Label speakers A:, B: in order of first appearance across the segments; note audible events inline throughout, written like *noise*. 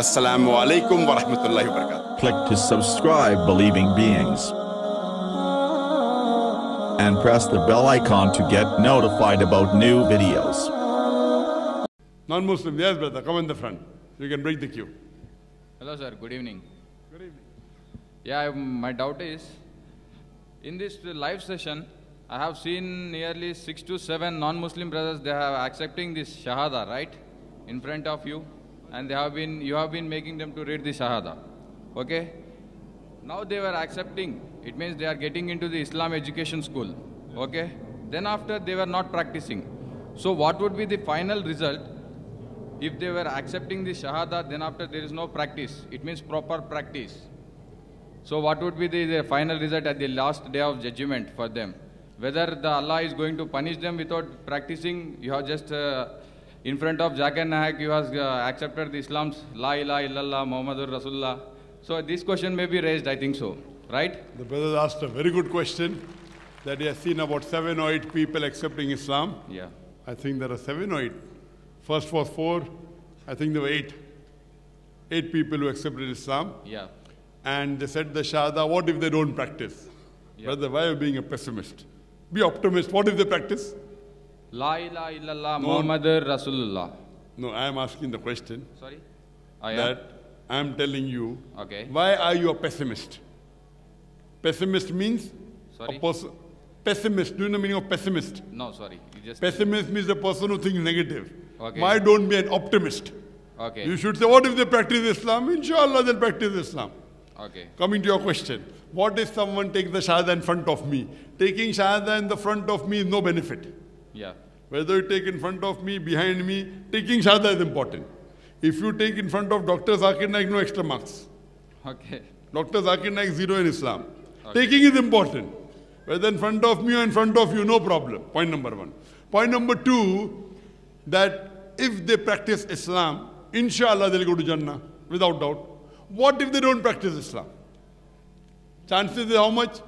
A: Assalamu alaikum wa rahmatullahi wa barakatuh.
B: Click to subscribe Believing Beings. And press the bell icon to get notified about new videos.
C: Non-Muslim, yes, brother, come in the front. You can break the queue.
D: Hello, sir. Good evening.
C: Good evening.
D: Yeah, I- my doubt is in this live session, I have seen nearly six to seven non Muslim brothers, they have accepting this Shahada, right? In front of you, and they have been, you have been making them to read the Shahada. Okay? Now they were accepting, it means they are getting into the Islam education school. Okay? Then after they were not practicing. So, what would be the final result if they were accepting the shahada then after there is no practice it means proper practice so what would be the, the final result at the last day of judgment for them whether the allah is going to punish them without practicing you have just uh, in front of Zakir Naik, you have uh, accepted the Islam's La ilaha illallah Muhammadur Rasulullah. So this question may be raised, I think so. Right?
C: The brothers asked a very good question that he has seen about seven or eight people accepting Islam.
D: Yeah.
C: I think there are seven or eight. First was four, I think there were eight. Eight people who accepted Islam.
D: Yeah.
C: And they said the Shahada, what if they don't practice? Brother, why are you being a pessimist? Be optimist. What if they practice?
D: La ilaha illallah Muhammadur Rasulullah.
C: No, I am asking the question
D: Sorry? Ah, yeah.
C: that I am telling you
D: Okay.
C: Why are you a pessimist? Pessimist means
D: Sorry?
C: a person. Pessimist. Do you know the meaning of pessimist?
D: No, sorry. You just
C: Pessimist means the person who thinks negative.
D: Okay.
C: Why don't be an optimist?
D: Okay.
C: You should say, what if they practice Islam? Inshallah, they'll practice Islam.
D: Okay.
C: Coming to your question, what if someone takes the shahada in front of me? Taking shahada in the front of me is no benefit.
D: Yeah. *laughs*
C: Whether you take in front of me, behind me, taking shahada is important. If you take in front of Dr. Zakir Naik, no extra marks.
D: Okay.
C: Dr. Zakir Naik, zero in Islam.
D: Okay.
C: Taking is important. Whether in front of me or in front of you, no problem. Point number one. Point number two, that if they practice Islam, inshallah they'll go to Jannah, without doubt. What if they don't practice Islam? Chances is how much?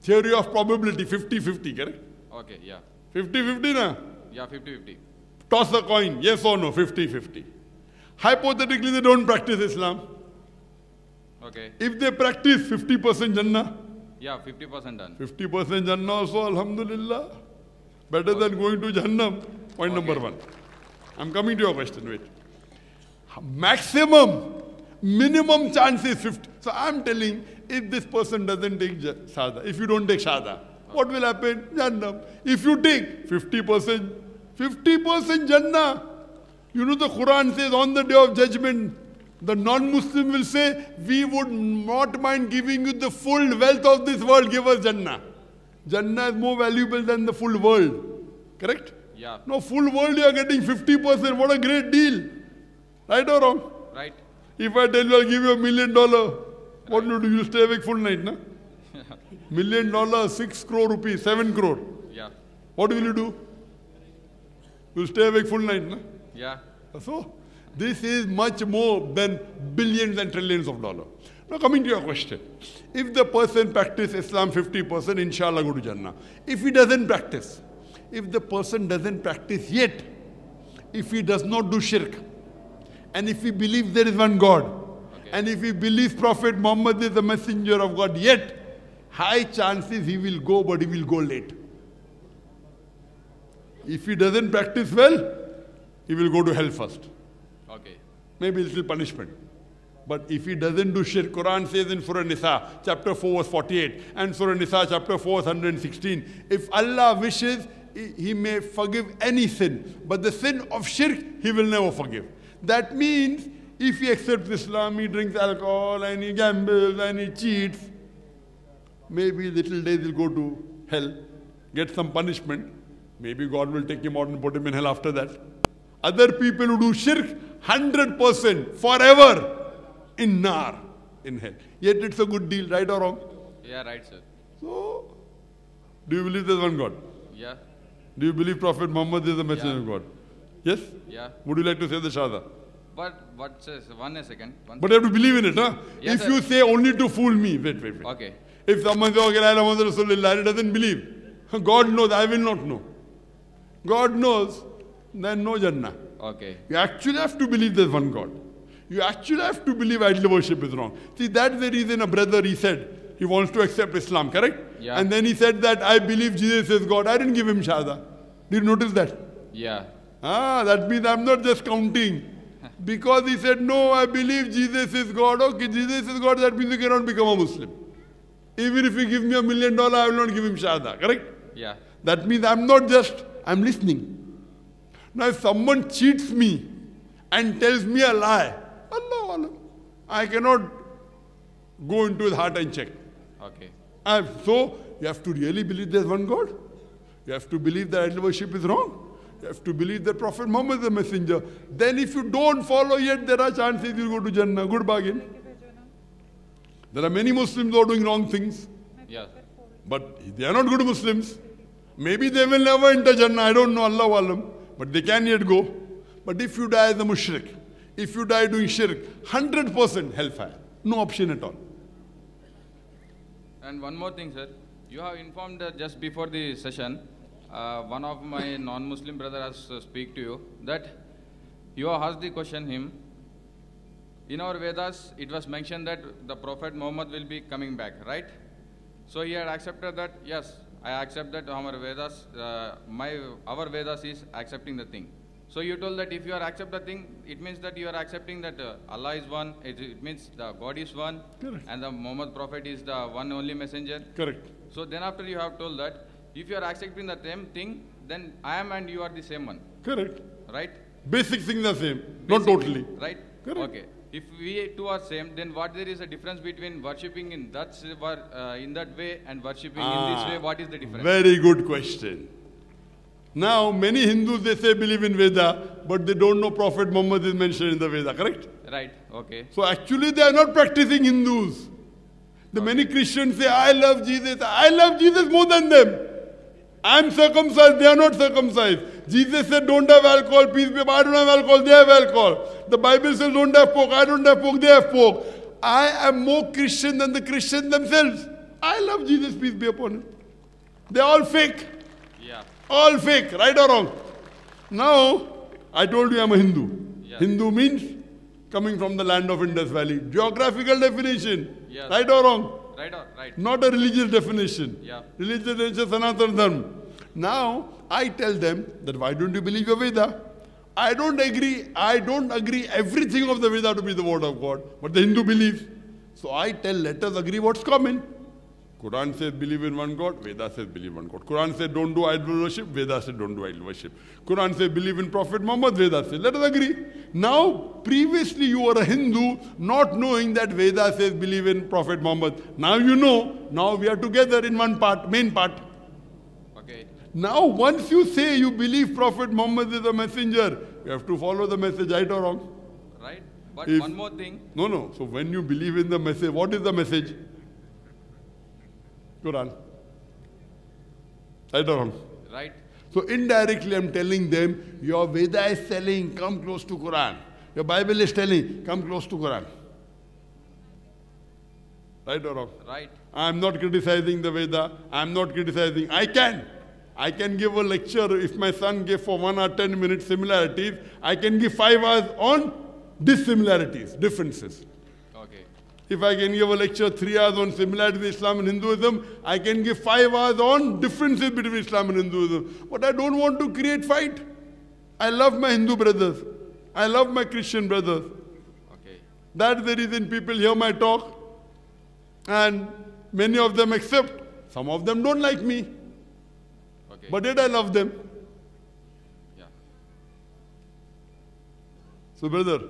C: Theory of probability 50 50, correct?
D: Okay. Yeah.
C: 50 50 na?
D: Yeah. 50 50.
C: Toss a coin, yes or no, 50 50. Hypothetically, they don't practice Islam.
D: Okay.
C: If they practice 50% Jannah,
D: Yeah. 50% done.
C: 50% Jannah also, Alhamdulillah. Better than going to Jannam. Point number one. I'm coming to your question, wait. Maximum, minimum chance is 50. So I'm telling, if this person doesn't take ja- Shada, if you don't take Shada, what will happen? Jannam. If you take 50%, 50% Jannah. You know the Quran says on the day of judgment, the non-Muslim will say, we would not mind giving you the full wealth of this world, give us Jannah. Jannah is more valuable than the full world. Correct?
D: Yeah.
C: Now full world you are getting 50%, what a great deal. Right or wrong?
D: Right?
C: If I tell you I'll give you a million dollar, what do you do? You stay awake full night, na? million dollar, six crore rupees, seven crore.
D: Yeah.
C: What will you do? You'll stay awake full night, na?
D: Yeah.
C: So, this is much more than billions and trillions of dollars. Now, coming to your question. If the person practices Islam 50%, inshallah go to Jannah. If he doesn't practice, if the person doesn't practice yet, if he does not do shirk, and if he believes there is one God, and if he believes Prophet Muhammad is the messenger of God, yet, high chances he will go, but he will go late. If he doesn't practice well, he will go to hell first.
D: Okay.
C: Maybe little punishment. But if he doesn't do shirk, Quran says in Surah Nisa, chapter 4, verse 48, and Surah Nisa, chapter 4, verse 116, if Allah wishes, He He may forgive any sin, but the sin of shirk, He will never forgive. That means if he accepts Islam, he drinks alcohol, and he gambles, and he cheats, maybe little days he'll go to hell, get some punishment. Maybe God will take him out and put him in hell after that. Other people who do shirk, 100% forever in nar, in hell. Yet it's a good deal, right or wrong?
D: Yeah, right, sir.
C: So, do you believe there's one God?
D: Yeah.
C: Do you believe Prophet Muhammad is the messenger of God? Yes?
D: Yeah.
C: Would you like to say the Shahada?
D: But what says one a second. One
C: But you have to believe in it, huh?
D: Yes,
C: if
D: sir.
C: you say only to fool me, wait, wait, wait.
D: Okay.
C: If someone says, okay, I Muhammad Rasulullah, and he doesn't believe, God knows, I will not know. God knows, then no Jannah.
D: Okay.
C: You actually have to believe there's one God. You actually have to believe idol worship is wrong. See, that's the reason a brother, he said, he wants to accept Islam, correct?
D: Yeah.
C: And then he said that, I believe Jesus is God. I didn't give him shahada. Did you notice that?
D: Yeah.
C: Ah, that means I'm not just counting. Because he said, No, I believe Jesus is God. Okay, Jesus is God, that means you cannot become a Muslim. Even if you give me a million dollars, I will not give him Shahada, correct?
D: Yeah.
C: That means I'm not just, I'm listening. Now, if someone cheats me and tells me a lie, Allah, Allah, I cannot go into his heart and check.
D: Okay.
C: And so you have to really believe there's one God. You have to believe that idol worship is wrong. You have to believe that Prophet Muhammad is the messenger. Then if you don't follow yet, there are chances you'll go to Jannah. Good bargain. There are many Muslims who are doing wrong things,
D: Yeah.
C: but they are not good Muslims. Maybe they will never enter Jannah. I don't know. Allah Alam. But they can yet go. But if you die as a mushrik, if you die doing shirk, 100% hellfire. No option at all.
D: And one more thing, sir. You have informed uh, just before the session, uh, one of my *laughs* non-Muslim brother has uh, speak to you that you have asked the question him. In our Vedas, it was mentioned that the Prophet Muhammad will be coming back, right? So he had accepted that. Yes, I accept that our Vedas, uh, my our Vedas is accepting the thing. So you told that if you are accept the thing, it means that you are accepting that uh, Allah is one. It, it means the God is one,
C: Correct.
D: and the Muhammad Prophet is the one only messenger.
C: Correct.
D: So then after you have told that, if you are accepting the same thing, then I am and you are the same one,
C: Correct.
D: right?
C: Basic things are same, not
D: Basically,
C: totally.
D: Right?
C: Correct.
D: Okay. If we two are same, then what there is a difference between worshipping in that s- wor- uh, in that way and worshipping in this
C: Ah,
D: way? What is the difference?
C: Very good question. Now, many Hindus they say believe in Veda, but they don't know Prophet Muhammad is mentioned in the Veda, correct?
D: right. Okay.
C: So actually, they are not practicing Hindus. The many Christians say, I love Jesus. I love Jesus more than them. I'm circumcised, they are not circumcised. Jesus said, Don't have alcohol, peace be upon you. I don't have alcohol, they have alcohol. The Bible says, Don't have pork, I don't have pork, they have pork. I am more Christian than the Christians themselves. I love Jesus, peace be upon him. They're all fake.
D: Yeah.
C: All fake, right or wrong? Now, I told you I'm a Hindu.
D: Yeah.
C: Hindu means coming from the land of Indus Valley. Geographical definition,
D: Yes.
C: right or wrong?
D: Right or right.
C: Not a religious definition.
D: Yeah.
C: Religious definition is Sanatana Dharma. Now, I tell them that why don't you believe your Veda? I don't agree, I don't agree everything of the Veda to be the word of God, but the Hindu believes. So I tell, let us agree what's common. Quran says believe in one God, Veda says believe in one God. Quran says don't do idol worship, Veda says don't do idol worship. Quran says believe in Prophet Muhammad, Veda says let us agree. Now, previously you were a Hindu not knowing that Veda says believe in Prophet Muhammad. Now you know, now we are together in one part, main part.
D: Okay.
C: Now, once you say you believe Prophet Muhammad is a messenger, you have to follow the message, right or wrong?
D: Right. But
C: If-
D: one more thing.
C: No, no. So when you believe in the message, what is the message? Quran. Right or wrong?
D: Right.
C: So indirectly, I'm telling them your Veda is telling come close to Quran. Your Bible is telling come close to Quran. Right or wrong?
D: Right.
C: I'm not criticizing the Veda. I'm not criticizing. I can. I can give a lecture if my son gave for one or ten minutes similarities. I can give five hours on dissimilarities, differences.
D: Okay.
C: If I can give a lecture three hours on similarities in Islam and Hinduism, I can give five hours on differences between Islam and Hinduism. But I don't want to create fight. I love my Hindu brothers. I love my Christian brothers.
D: Okay.
C: That's the reason people hear my talk. And many of them accept. Some of them don't like me.
D: Okay.
C: But yet I love them.
D: yeah.
C: So, brother,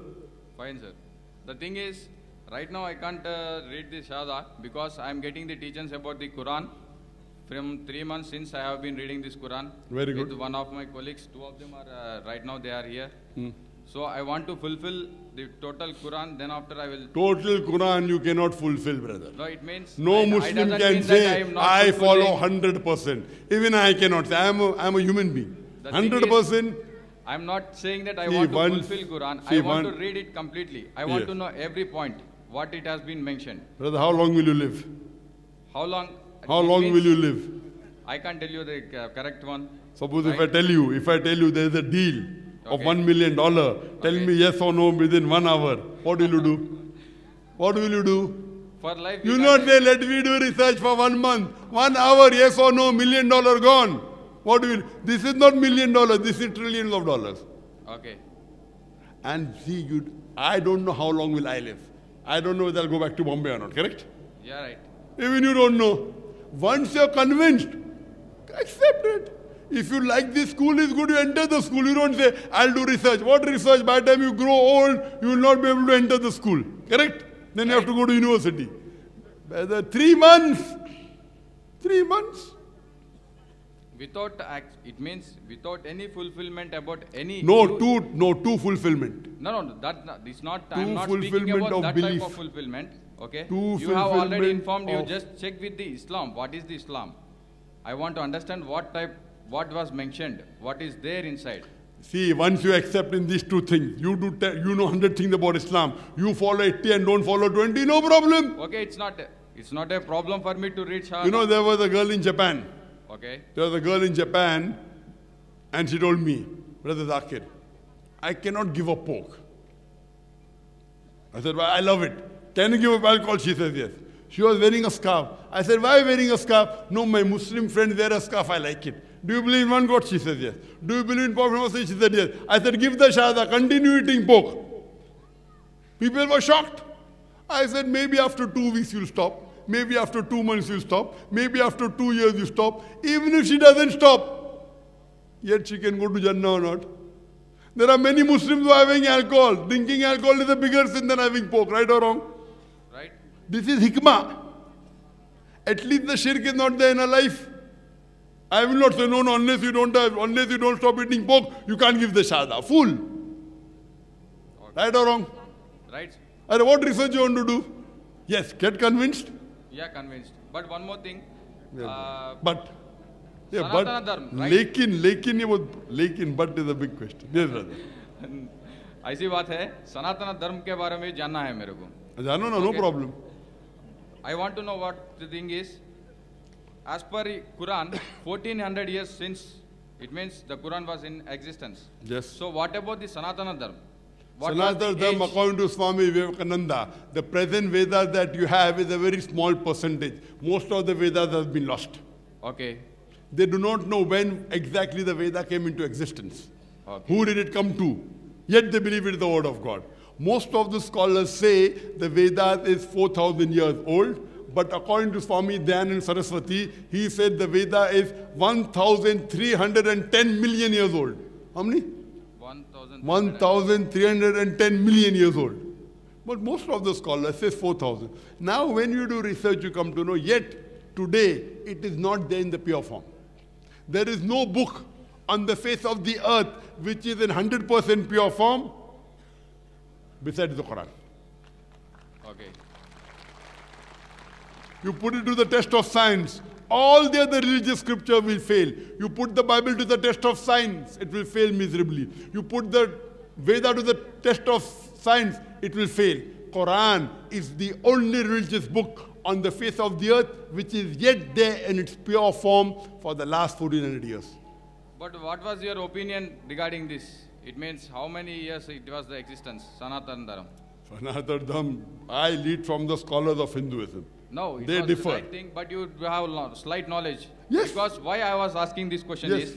D: Fine, sir. The thing is, right now I can't uh, read the Shada because I am getting the teachings about the Quran. From three months since I have been reading this Quran
C: Very
D: with
C: good.
D: one of my colleagues. Two of them are uh, right now they are here.
C: Hmm.
D: So I want to fulfill the total Quran. Then after I will.
C: total Quran you cannot fulfill, brother.
D: No, it means
C: No
D: it- it
C: Muslim
D: doesn't
C: can
D: mean
C: say,
D: that I, am not
C: I follow
D: fulfilling-
C: 100%. Even I cannot say, I'm a, I'm a human being.
D: The thing
C: 100%.
D: I am not saying that I
C: See,
D: want to
C: one-
D: fulfill Quran. I
C: see,
D: want to
C: one-
D: read it completely. I want
C: Yes.
D: to know every point, what it has been mentioned.
C: Brother, how long will you live?
D: How long?
C: How
D: it
C: long
D: means-
C: will you live?
D: I can't tell you the uh, correct one.
C: Suppose if I
D: Right.
C: tell you, if I tell you there is a deal of
D: Okay.
C: one million dollar, tell me yes or no within one hour, what will you
D: *laughs*
C: do? What will you do?
D: For life, we
C: You
D: can't-
C: not say let me do research for one month, one hour, yes or no, million dollar gone. What will this is not million dollars, this is trillions of dollars.
D: Okay.
C: And see, you, I don't know how long will I live. I don't know whether I'll go back to Bombay or not. Correct?
D: Yeah, right.
C: Even you don't know. Once you're convinced, accept it. If you like this school is good, you enter the school. You don't say, I'll do research. What research? By the time you grow old, you will not be able to enter the school. Correct? Then you have to go to university. By the three months, three months.
D: Without act, it means without any fulfillment about any.
C: No,
D: you-
C: two, no, two fulfillment.
D: No, no, no, that no, it's not. I'm not speaking
C: fulfillment
D: about
C: of
D: that
C: belief.
D: type of fulfillment. Okay.
C: To
D: you have already
C: fulfillment
D: informed. You
C: of-
D: just check with the Islam. What is the Islam? I want to understand what type, what was mentioned, what is there inside.
C: See, once you accept in these two things, you do te- you know hundred things about Islam. You follow 80 and don't follow 20, no problem.
D: Okay, it's not. a- It's not a problem for me to read Shahada.
C: You know, there was a girl in Japan.
D: Okay.
C: There was a girl in Japan, and she told me, Brother Zakir, I cannot give up pork. I said, Why? I love it. Can you give up alcohol? She says, Yes. She was wearing a scarf. I said, Why wearing a scarf? No, my Muslim friends wear a scarf. I like it. Do you believe in one God? She says, Yes. Do you believe in Prophet Muhammad? She said, Yes. I said, Give the shahada, continue eating pork. People were shocked. I said, maybe after two weeks you'll stop. Maybe after two months you'll stop. Maybe after two years you stop. Even if she doesn't stop, yet she can go to Jannah or not. There are many Muslims who are having alcohol. Drinking alcohol is a bigger sin than having pork, right or wrong?
D: Right.
C: This is hikmah. At least the shirk is not there in her life. I will not say, no, no, unless you don't have, unless you don't stop eating pork, you can't give the shahada. Fool. Right or wrong?
D: Right.
C: And what research you want to do? Yes, get convinced.
D: Yeah, convinced. But one more thing. Uh,
C: But yeah, but
D: Sanatana dharma, right?
C: लेकिन लेकिन ये वो लेकिन but is a big question. Yes, brother.
D: ऐसी बात है सनातन धर्म के बारे में जानना है मेरे को
C: जानो ना no
D: Okay.
C: problem.
D: I want to know what the thing is. As per Quran, 1400 years since, it means the Quran was in existence.
C: Yes.
D: So what about the Sanatana Dharma? What was the
C: Sanatana Dharma,
D: age?
C: according to Swami Vivekananda, the present Vedas that you have is a very small percentage. Most of the Vedas have been lost.
D: Okay,
C: They do not know when exactly the Veda came into existence.
D: Okay.
C: Who did it come to? Yet they believe it is the word of God. Most of the scholars say the Vedas is 4,000 years old, but according to Swami Dayanand Saraswati, he said the Veda is 1,310 million years old. How many?
D: 1000.
C: 1,310 million years old. But most of the scholars say 4,000. Now, when you do research, you come to know, yet today it is not there in the pure form. There is no book on the face of the earth which is in 100% pure form besides the Quran.
D: Okay,
C: You put it to the test of science. All the other religious scripture will fail. You put the Bible to the test of science, it will fail miserably. You put the Veda to the test of science, it will fail. Quran is the only religious book on the face of the earth which is yet there in its pure form for the last 1400 years.
D: but what was your opinion regarding this? It means how many years it was the existence, Sanatana Dharma?
C: Sanatana Dharma, I lead from the scholars of Hinduism.
D: No, it
C: They
D: was
C: differ.
D: the right thing, but you have lo- slight knowledge.
C: Yes.
D: Because why I was asking this question
C: Yes.
D: is,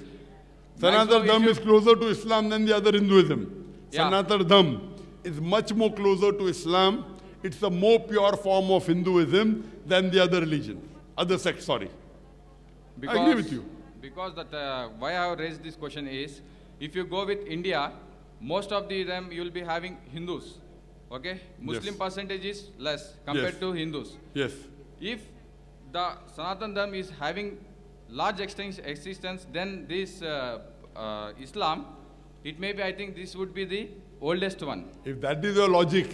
C: Sanatana
D: maximum
C: Dham
D: if
C: is closer to Islam than the other Hinduism.
D: Yeah.
C: Sanatana Dham is much more closer to Islam. It's a more pure form of Hinduism than the other religion, other sect, sorry.
D: Because,
C: I agree with you.
D: Because that uh, why I have raised this question is, if you go with India, most of the them you will be having Hindus, okay? Muslim
C: Yes.
D: percentage is less compared
C: Yes.
D: to Hindus.
C: Yes.
D: If the Sanatan Dham is having large extent existence, then this uh, uh, Islam, it may be I think this would be the oldest one. *laughs*
C: If that is your logic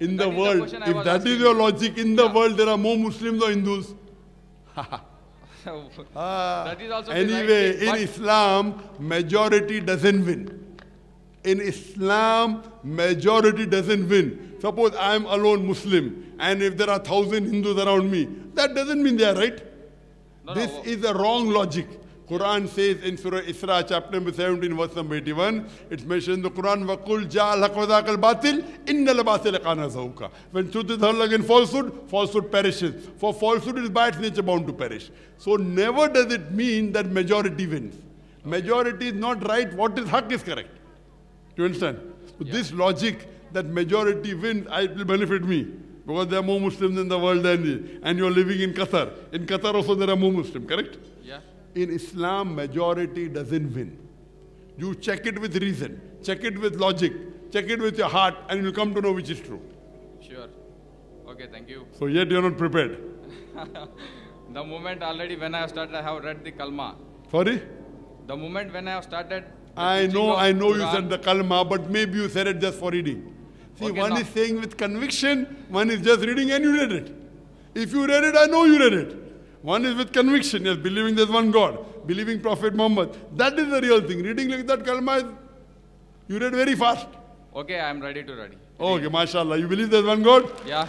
C: in
D: That
C: the
D: is the
C: world,
D: question I
C: if
D: was
C: that is
D: asking
C: your
D: you.
C: logic in the
D: Yeah.
C: world, there are more Muslims or Hindus.
D: that is
C: Ah.
D: also the right
C: anyway,
D: thing,
C: in
D: but-
C: Islam, majority doesn't win. In Islam, majority doesn't win. Suppose I am alone Muslim, and if there are thousand Hindus around me, that doesn't mean they are right.
D: No, no,
C: this
D: wo-
C: is a wrong logic. Quran says in Surah Isra, chapter number 17, verse number 81, it's mentioned in the Quran, وَقُلْ جَاءَ الْحَقُّ وَزَاقَ الْبَاطِلِ إِنَّ الْبَاطِلَ كَانَ زَهُوقًا. When truth is hurled against falsehood, falsehood perishes. For falsehood is by its nature bound to perish. So never does it mean that majority wins. Majority is not right, what is haq is correct. Do you understand? So This logic that majority wins, I, it will benefit me because there are more Muslims in the world than me, and you're living in Qatar. In Qatar also there are more Muslims, correct?
D: Yeah.
C: In Islam, majority doesn't win. You check it with reason, check it with logic, check it with your heart, and you'll come to know which is true.
D: Sure. Okay, thank you.
C: So yet you're not prepared.
D: The moment already when I have started, I have read the Kalma.
C: Sorry?
D: The moment when I have started. the
C: I
D: teaching
C: know,
D: of
C: I know you
D: Quran-
C: said the kalma, but maybe you said it just for reading. See,
D: Okay,
C: one
D: now-
C: is saying with conviction, one is just reading and you read it. If you read it, I know you read it. One is with conviction, yes, believing there's one God, believing Prophet Muhammad. That is the real thing. Reading like that kalma is, you read very fast.
D: Okay, I am ready to ready.
C: Okay, mashallah, you believe there's one God,
D: Yeah,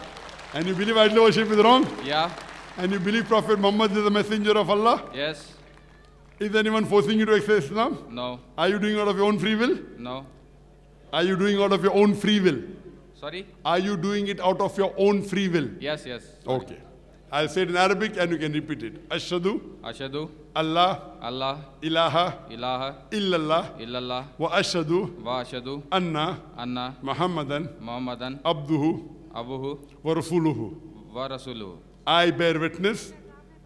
C: and you believe idol worship is wrong,
D: yeah,
C: and you believe Prophet Muhammad is the messenger of Allah.
D: yes,
C: Is anyone forcing you to accept Islam?
D: no,
C: Are you doing out of your own free will?
D: no.
C: Are you doing out of your own free will?
D: Sorry?
C: Are you doing it out of your own free will?
D: Yes, yes.
C: Okay. I'll say it in Arabic and you can repeat it. Ashadu
D: Ashadu
C: Allah
D: Allah
C: ilaha
D: ilaha
C: illallah
D: illallah
C: wa ashadu
D: wa ashadu
C: anna
D: anna
C: Muhammadan
D: Muhammadan
C: abduhu
D: abuhu
C: wa rasuluhu.
D: wa rasuluhu.
C: I bear witness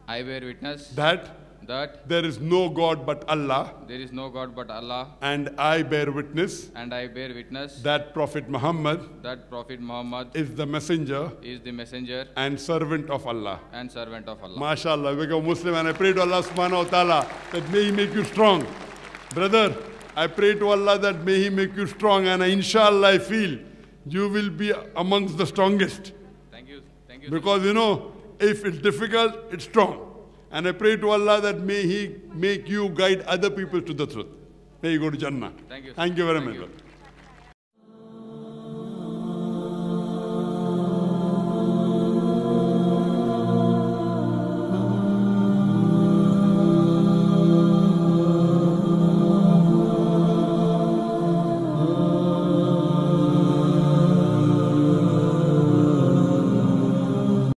D: I bear witness
C: that
D: that
C: there is no God but Allah
D: there is no God but Allah
C: and I bear witness
D: and I bear witness
C: that Prophet Muhammad
D: that Prophet Muhammad
C: is the messenger
D: is the messenger
C: and servant of Allah.
D: and servant of Allah.
C: MashaAllah, I become Muslim and I pray to Allah subhanahu wa ta'ala that may He make you strong. Brother, I pray to Allah that may He make you strong and I, inshallah I feel you will be amongst the strongest.
D: Thank you. Thank you.
C: Because you know, if it's difficult, it's strong. And I pray to Allah that may He make you guide other people to the truth. May you go to Jannah.
D: Thank you.
C: Thank you very
D: Thank
C: much.
D: you.
C: brother.